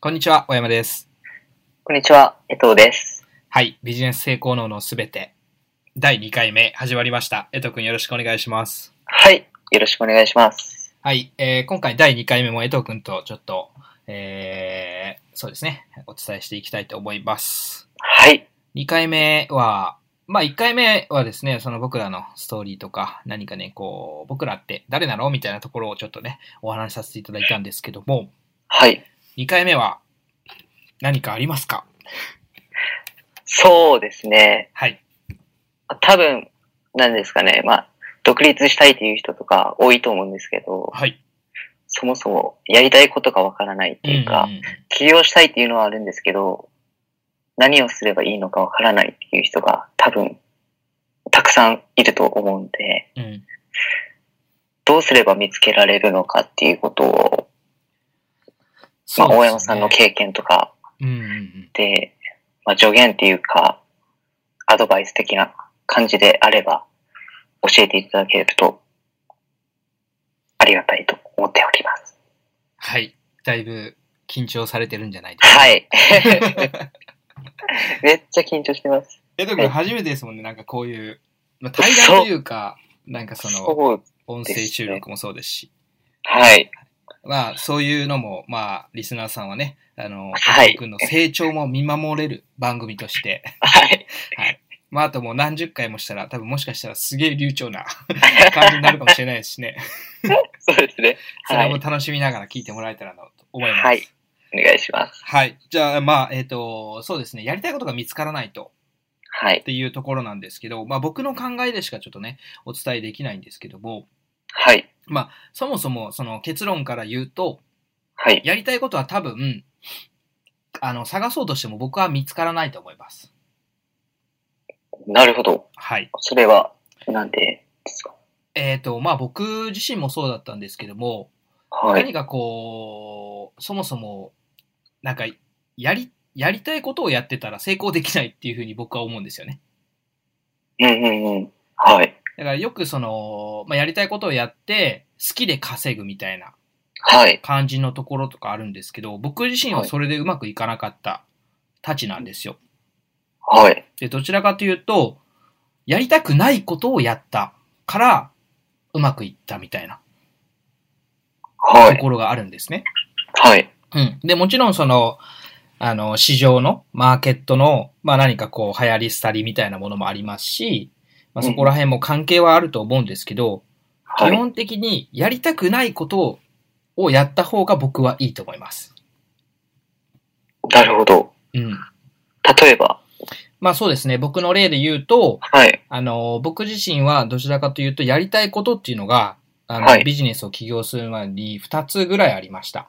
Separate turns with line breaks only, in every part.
こんにちは、小山です。
こんにちは、江藤です。
はい、ビジネス成功能のすべて、第2回目始まりました。江藤くんよろしくお願いします。
はい、よろしくお願いします。
はい、えー今回第2回目も江藤くんとちょっと、えーそうですね、お伝えしていきたいと思います。
はい、
2回目は、まあ1回目はですね、その僕らのストーリーとか、何かね、こう、僕らって誰なのみたいなところをちょっとね、お話しさせていただいたんですけども、
はい。
2回目は、何かありますか
そうですね。
はい。
多分、なんですかね。まあ、独立したいという人とか多いと思うんですけど、
はい。
そもそもやりたいことがわからないっていうか、
んんん
起業したいっていうのはあるんですけど、何をすればいいのかわからないっていう人が多分、たくさんいると思うんで、
うん。うん
どうすれば見つけられるのかっていうことを、
そ
ま
うですね
あ、大山さんの経験とか
うんうんうん。
で、まあ、助言っていうか、アドバイス的な感じであれば、教えていただけると、ありがたいと思っております。
はい。だいぶ緊張されてるんじゃないですか。
はい。めっちゃ緊張してます。
江戸君初めてですもんね、なんかこういう、まあ、対談というか、なんかその、
そう、
音声収録もそうですし、
はい。
まあそういうのも、まあリスナーさんはね、あの、
はい
江戸君の成長も見守れる番組として、
はい。
まああともう何十回もしたら、多分もしかしたらすげえ流暢な 感じになるかもしれないですしね、
そうですね。
それ
は
も
い。
楽しみながら聞いてもらえたらなと思います。
はい。お願いします。
はい。じゃあ、まあ、えっ、と、そうですね。やりたいことが見つからないと。
は
っ
い。
ていうところなんですけど、まあ、僕の考えでしかちょっとねお伝えできないんですけども
はい。
そもそもその結論から言うと
はい。
やりたいことは多分あの探そうとしても僕は見つからないと思います。
なるほど。
はい。
それは、なんでですか
えっ、と、まあ僕自身もそうだったんですけども、
はい。
何かこう、そもそも、なんか、やり、やりたいことをやってたら成功できないっていうふうに僕は思うんですよね。
うんうんうん。はい。
だからよくその、まあ、やりたいことをやって、好きで稼ぐみたいな
はい。
感じのところとかあるんですけど、僕自身はそれでうまくいかなかったたちなんですよ。
はい。
で、どちらかというと、やりたくないことをやったから、うまくいったみたいな
は
と
い。
ころがあるんですね。
はい。
うん。で、もちろんその、あの、市場の、マーケットの、まあ何かこう、流行り廃りみたいなものもありますし、まあそこら辺も関係はあると思うんですけど、
は
基
い。
本的にやりたくないことををやった方が僕はいいと思います。
なるほど。
うん。
例えば、
まあそうですね。僕の例で言うと、
はい。
あの、僕自身はどちらかというと、やりたいことっていうのが、あの、
はい
ビジネスを起業する前に2つぐらいありました。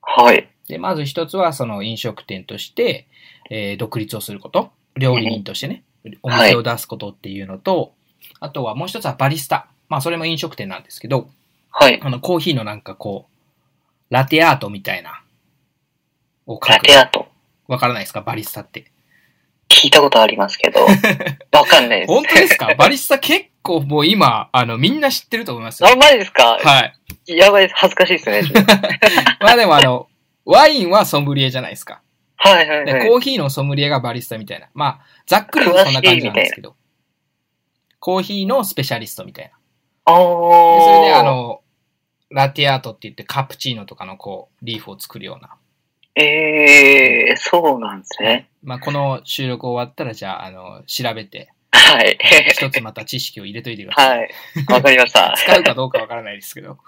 はい。
で、まず1つは、その飲食店として、えー独立をすること。料理人としてね、お
はい
店を出すことっていうのと、あとはもう1つはバリスタ。まあそれも飲食店なんですけど、
はい。
あの、コーヒーのなんかこう、ラテアートみたいな、を書
ラ
く。
テアート。
わからないですかバリスタって。
聞いたことあります けど、わかんないです。
本当ですかバリスタ結構もう今、あの、みんな知ってると思いますよ。
あ、マジですか、
はい。
やばいです。恥ずかしいですね。
まあでもあの、ワインはソムリエじゃないですか。
はいはい
で
はい。
コーヒーのソムリエがバリスタみたいな。まあ、ざっくりはそんな感じなんですけど。コーヒーのスペシャリストみたい
あ
な。で
ー
それであ、の、ラテアートって言ってカプチーノとかのこう、リーフを作るような。
ええー、そうなんですね。
まあ、この収録終わったら、じゃあ、あの、調べ て、
はい。
一つまた知識を入れといてください。
はい。わかりました。
使うかどうかわからないですけど。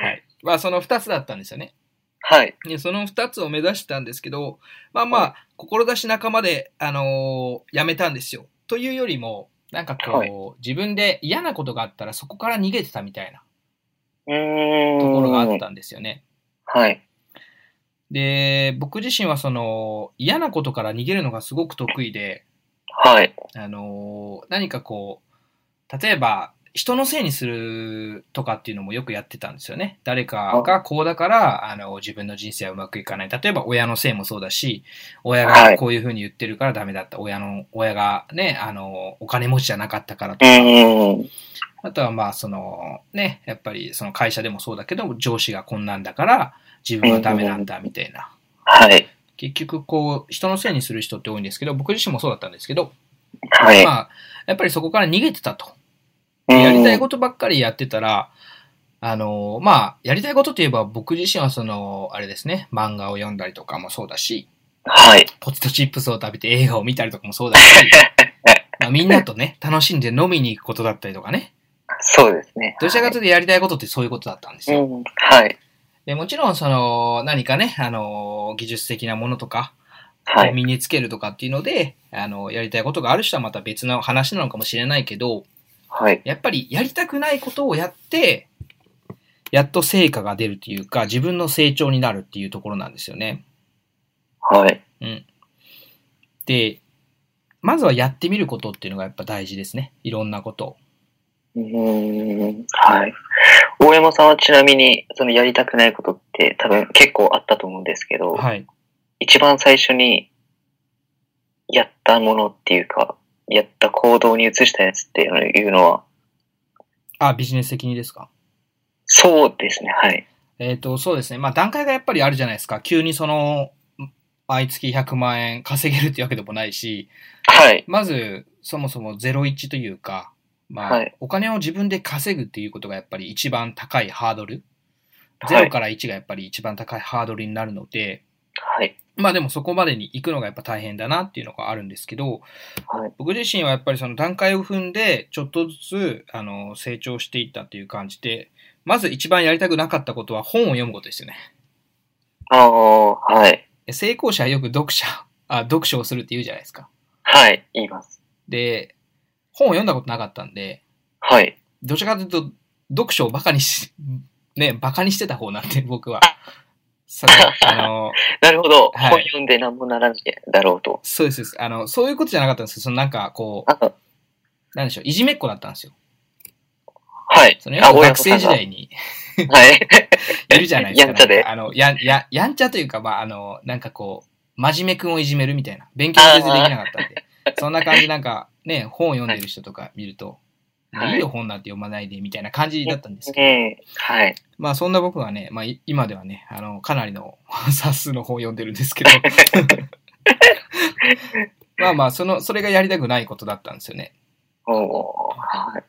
はい。まあ、その二つだったんですよね。
はい。
でその二つを目指したんですけど、まあま
は
あ、志半ばで、あのーやめたんですよ。というよりも、なんかこう、
はい
自分で嫌なことがあったらそこから逃げてたみたいな
うーん。
ところがあったんですよね。
はい。
で、僕自身はその、嫌なことから逃げるのがすごく得意で、
はい。
あのー何かこう、例えば、人のせいにするとかっていうのもよくやってたんですよね。誰かがこうだから、あの、自分の人生はうまくいかない。例えば、親のせいもそうだし、親
は
が
い
こういうふうに言ってるからダメだった。親の、親がね、あの、お金持ちじゃなかったから
う
とか。
ーん。
あとは、まあ、その、ね、やっぱり、その会社でもそうだけど、上司がこんなんだから、自分はダメなんだ、みたいな。
はい。
結局こう、人のせいにする人って多いんですけど、僕自身もそうだったんですけど、
はい。
まあ、やっぱりそこから逃げてたと。
うん
やりたいことばっかりやってたら、あの、まあ、やりたいことといえば僕自身はその、あれですね、漫画を読んだりとかもそうだし、
はい。
ポテトチップスを食べて映画を見たりとかもそうだし、 まあ、みんなとね、楽しんで飲みに行くことだったりとかね、
そうですね。
どちらかというとやりたいことってそういうことだったんです
はい
よ。
うん。はい。
でもちろん、その、何かね、あの、技術的なものとか、
はい。
身につけるとかっていうので、あの、やりたいことがある人はまた別の話なのかもしれないけど、
はい。
やっぱりやりたくないことをやって、やっと成果が出るというか、自分の成長になるっていうところなんですよね。
はい。
うん。で、まずはやってみることっていうのがやっぱ大事ですね。いろんなことを。
うん。はい。大山さんはちなみに、そのやりたくないことって多分結構あったと思うんですけど、
はい。
一番最初にやったものっていうか、やった行動に移したやつっていうのは、
あ、ビジネス的にですか
そうですね、はい。
えっ、と、そうですね。まあ段階がやっぱりあるじゃないですか。急にその、毎月100万円稼げるっていうわけでもないし、
はい。
まず、そもそも01というか、まあ、
はい
お金を自分で稼ぐっていうことがやっぱり一番高いハードル。
はい
0から1がやっぱり一番高いハードルになるので、
はい。
まあでもそこまでに行くのがやっぱ大変だなっていうのがあるんですけど、
はい。
僕自身はやっぱりその段階を踏んで、ちょっとずつ、あの、成長していったっていう感じで、まず一番やりたくなかったことは本を読むことですよね。
ああ、はい。
成功者はよく読者、あ、読書をするって言うじゃないですか。
はい。言います。
で、本を読んだことなかったんで、
はい。
どちらかというと、読書をバカにし、ね、バカにしてた方なんで、僕は。それあの、
なるほど。
はい
本読んで何もならんだろうと。
そうですそうです。あの、そういうことじゃなかったんですよ。そのなんか、こ
あ
う、なんでしょう、いじめっ子だったんですよ。
はい。
その、
あ
学生時。代に
大山さんがはい。
いるじゃないですか。
やんちゃで
なんかあの、や、や、やんちゃというか、まあ、あの、なんかこう、真面目くんをいじめるみたいな。勉強が全然できなかったんで。そんな感じ、なんか、ね、本を読んでる人とか見ると、
はい
いいよ、本なんて読まないで、みたいな感じだったんですけど。
うん。はい。
まあそんな僕はね、まあい今ではね、あの、かなりの 冊数の本を読んでるんですけど。 まあまあ、その、それがやりたくないことだったんですよね。
おーはい。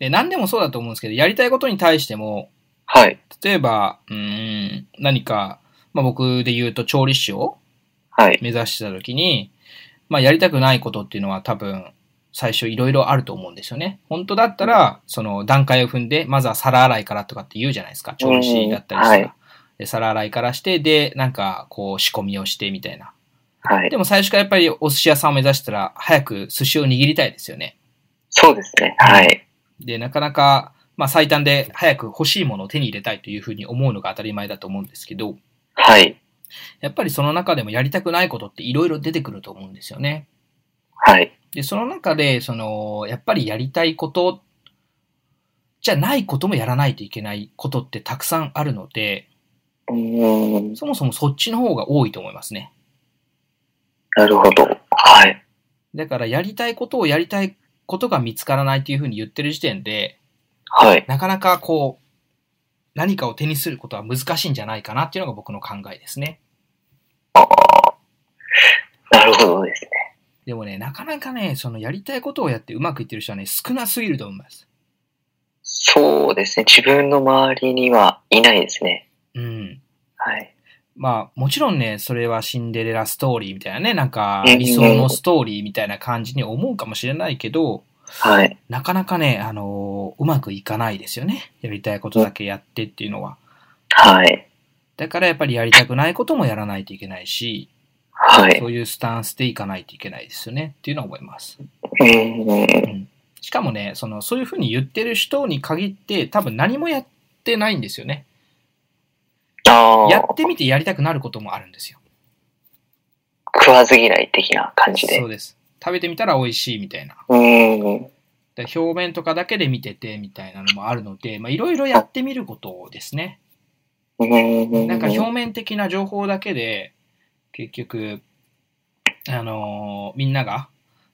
で、何でもそうだと思うんですけど、やりたいことに対しても、
はい。
例えば、うーん、何か、まあ僕で言うと調理師を
はい。
目指してた時に、まあやりたくないことっていうのは多分、最初いろいろあると思うんですよね。本当だったら、その段階を踏んで、まずは皿洗いからとかって言うじゃないですか。調理師だったりした
うんは
ら。で、皿洗いからして、で、なんか、こう、仕込みをしてみたいな。
はい。
でも最初からやっぱりお寿司屋さんを目指したら、早く寿司を握りたいですよね。
そうですね。はい。
で、なかなか、まあ最短で早く欲しいものを手に入れたいというふうに思うのが当たり前だと思うんですけど、
はい。
やっぱりその中でもやりたくないことっていろいろ出てくると思うんですよね。
はい。
で、その中で、その、やっぱりやりたいことじゃないこともやらないといけないことってたくさんあるので、
うーん。
そもそもそっちの方が多いと思いますね。
なるほど。はい。
だから、やりたいことをやりたいことが見つからないというふうに言ってる時点で、
はい。
なかなかこう、何かを手にすることは難しいんじゃないかなっていうのが僕の考えですね。
なるほどですね。
でもね、なかなかね、そのやりたいことをやってうまくいってる人はね、少なすぎると思います。
そうですね。自分の周りにはいないですね。
うん。
はい。
まあ、もちろんね、それはシンデレラストーリーみたいなね、なんか
うんうんうん
理想のストーリーみたいな感じに思うかもしれないけど、
はい。
なかなかね、あのーうまくいかないですよね。やりたいことだけやってっていうのは。
はい。
だからやっぱりやりたくないこともやらないといけないし、
はい。
そういうスタンスでいかないといけないですよねっていうのは思います。
うーん。
しかもね、その、そういうふうに言ってる人に限って多分何もやってないんですよね。
あ
や
あ、
ってみてやりたくなることもあるんですよ。
食わず嫌い的な感じで
そう。です。食べてみたら美味しいみたいな。
うーん。
で表面とかだけで見ててみたいなのもあるので、まあ、いろいろやってみることですね。
うーん。
なんか表面的な情報だけで、結局、あのーみんなが、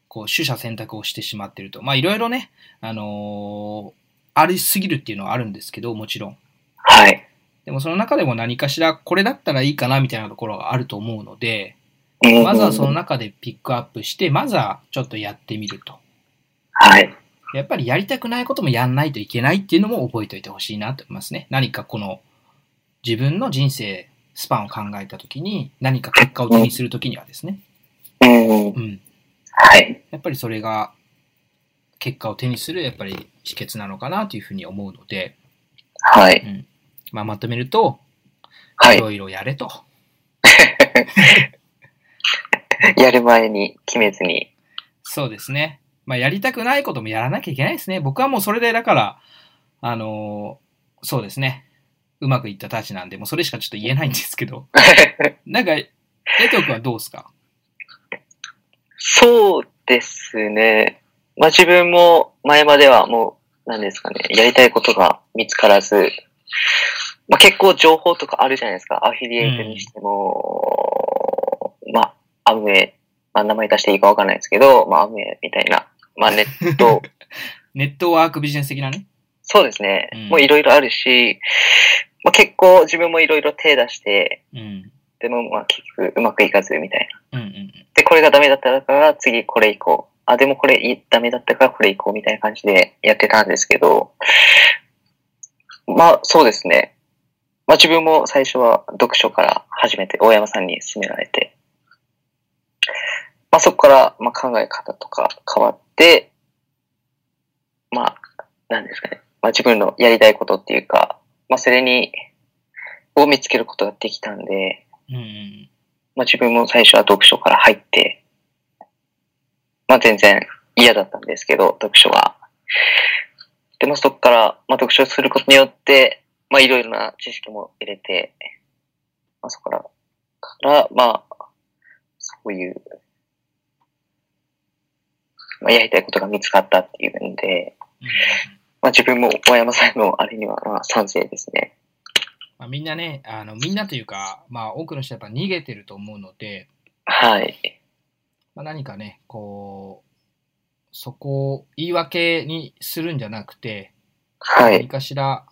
こう、取捨選択をしてしまってると。まあ、いろいろね、あのーありすぎるっていうのはあるんですけど、もちろん。
はい。
ででもその中でも何かしらこれだったらいいかなみたいなところがあると思うので、
うん
まずはその中でピックアップして、まずはちょっとやってみると。
はい。
やっぱりやりたくないこともやんないといけないっていうのも覚えておいてほしいなと思いますね。何かこの自分の人生スパンを考えたときに、何か結果を手にするときにはですね。
うん。
うん。
はい。
やっぱりそれが結果を手にするやっぱり秘訣なのかなというふうに思うので、
は
う
い。
ん。まあまとめると、
はいい。
ろいろやれと。
やる前に決めずに。
そうですね。まあ、やりたくないこともやらなきゃいけないですね。僕はもうそれで、だから、あのーそうですね。うまくいったたちなんで、もうそれしかちょっと言えないんですけど。なんか、江藤君はどうですか
そうですね。まあ自分も前まではもう、何ですかね、やりたいことが見つからず、まあ結構情報とかあるじゃないですか。アフィリエイトにしても、まあ、アムウェイ、まあ名前出していいかわかんないですけど、まあアムウェイみたいな、まあネ ット、
ネットワークビジネス的なね。
そうですね
うん。
もういろいろあるし、まあ結構自分もいろいろ手出して、
うん。
でもまあ結局うまくいかずみたいな。
うんうん
で、これがダメだったから、次これ行こう。あ、でもこれいダメだったからこれ行こうみたいな感じでやってたんですけど、まあそうですね。まあ自分も最初は読書から始めて、大山さんに勧められて、まあそこからまあ考え方とか変わって、まあ、なんですかね。まあ自分のやりたいことっていうか、まあそれに、を見つけることができたんで、
うん。うんうん。
まあ、自分も最初は読書から入って、まあ、全然嫌だったんですけど、読書は。でもそこから、まあ、読書することによって、まあ、いろいろな知識も入れて、まあ、そこから、から、まあ、そういう、まあ、やりたいことが見つかったっていうんで、
うん
まあ、自分も大山さんのあれには、まあ、賛成ですね。
まあ、みんなね、あの、みんなというか、まあ多くの人はやっぱ逃げてると思うので、
はい。
まあ、何かね、こう、そこを言い訳にするんじゃなくて、
は
何
い。
かしら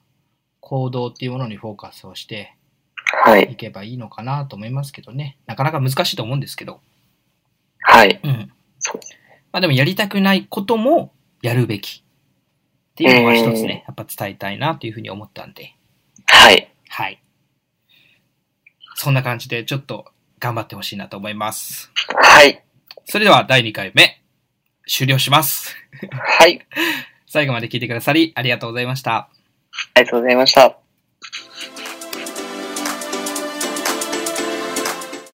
行動っていうものにフォーカスをして
はい。
いけばいいのかなと思いますけどね。なかなか難しいと思うんですけど。
はい。
うん。
そうです
まあでもやりたくないこともやるべき。っていうのは一つね、やっぱ伝えたいなというふうに思ったんで。
はい。
はい。そんな感じでちょっと頑張ってほしいなと思います。
はい。
それでは第2回目、終了します。
はい。
最後まで聞いてくださりありがとうございました。
ありがとうございました。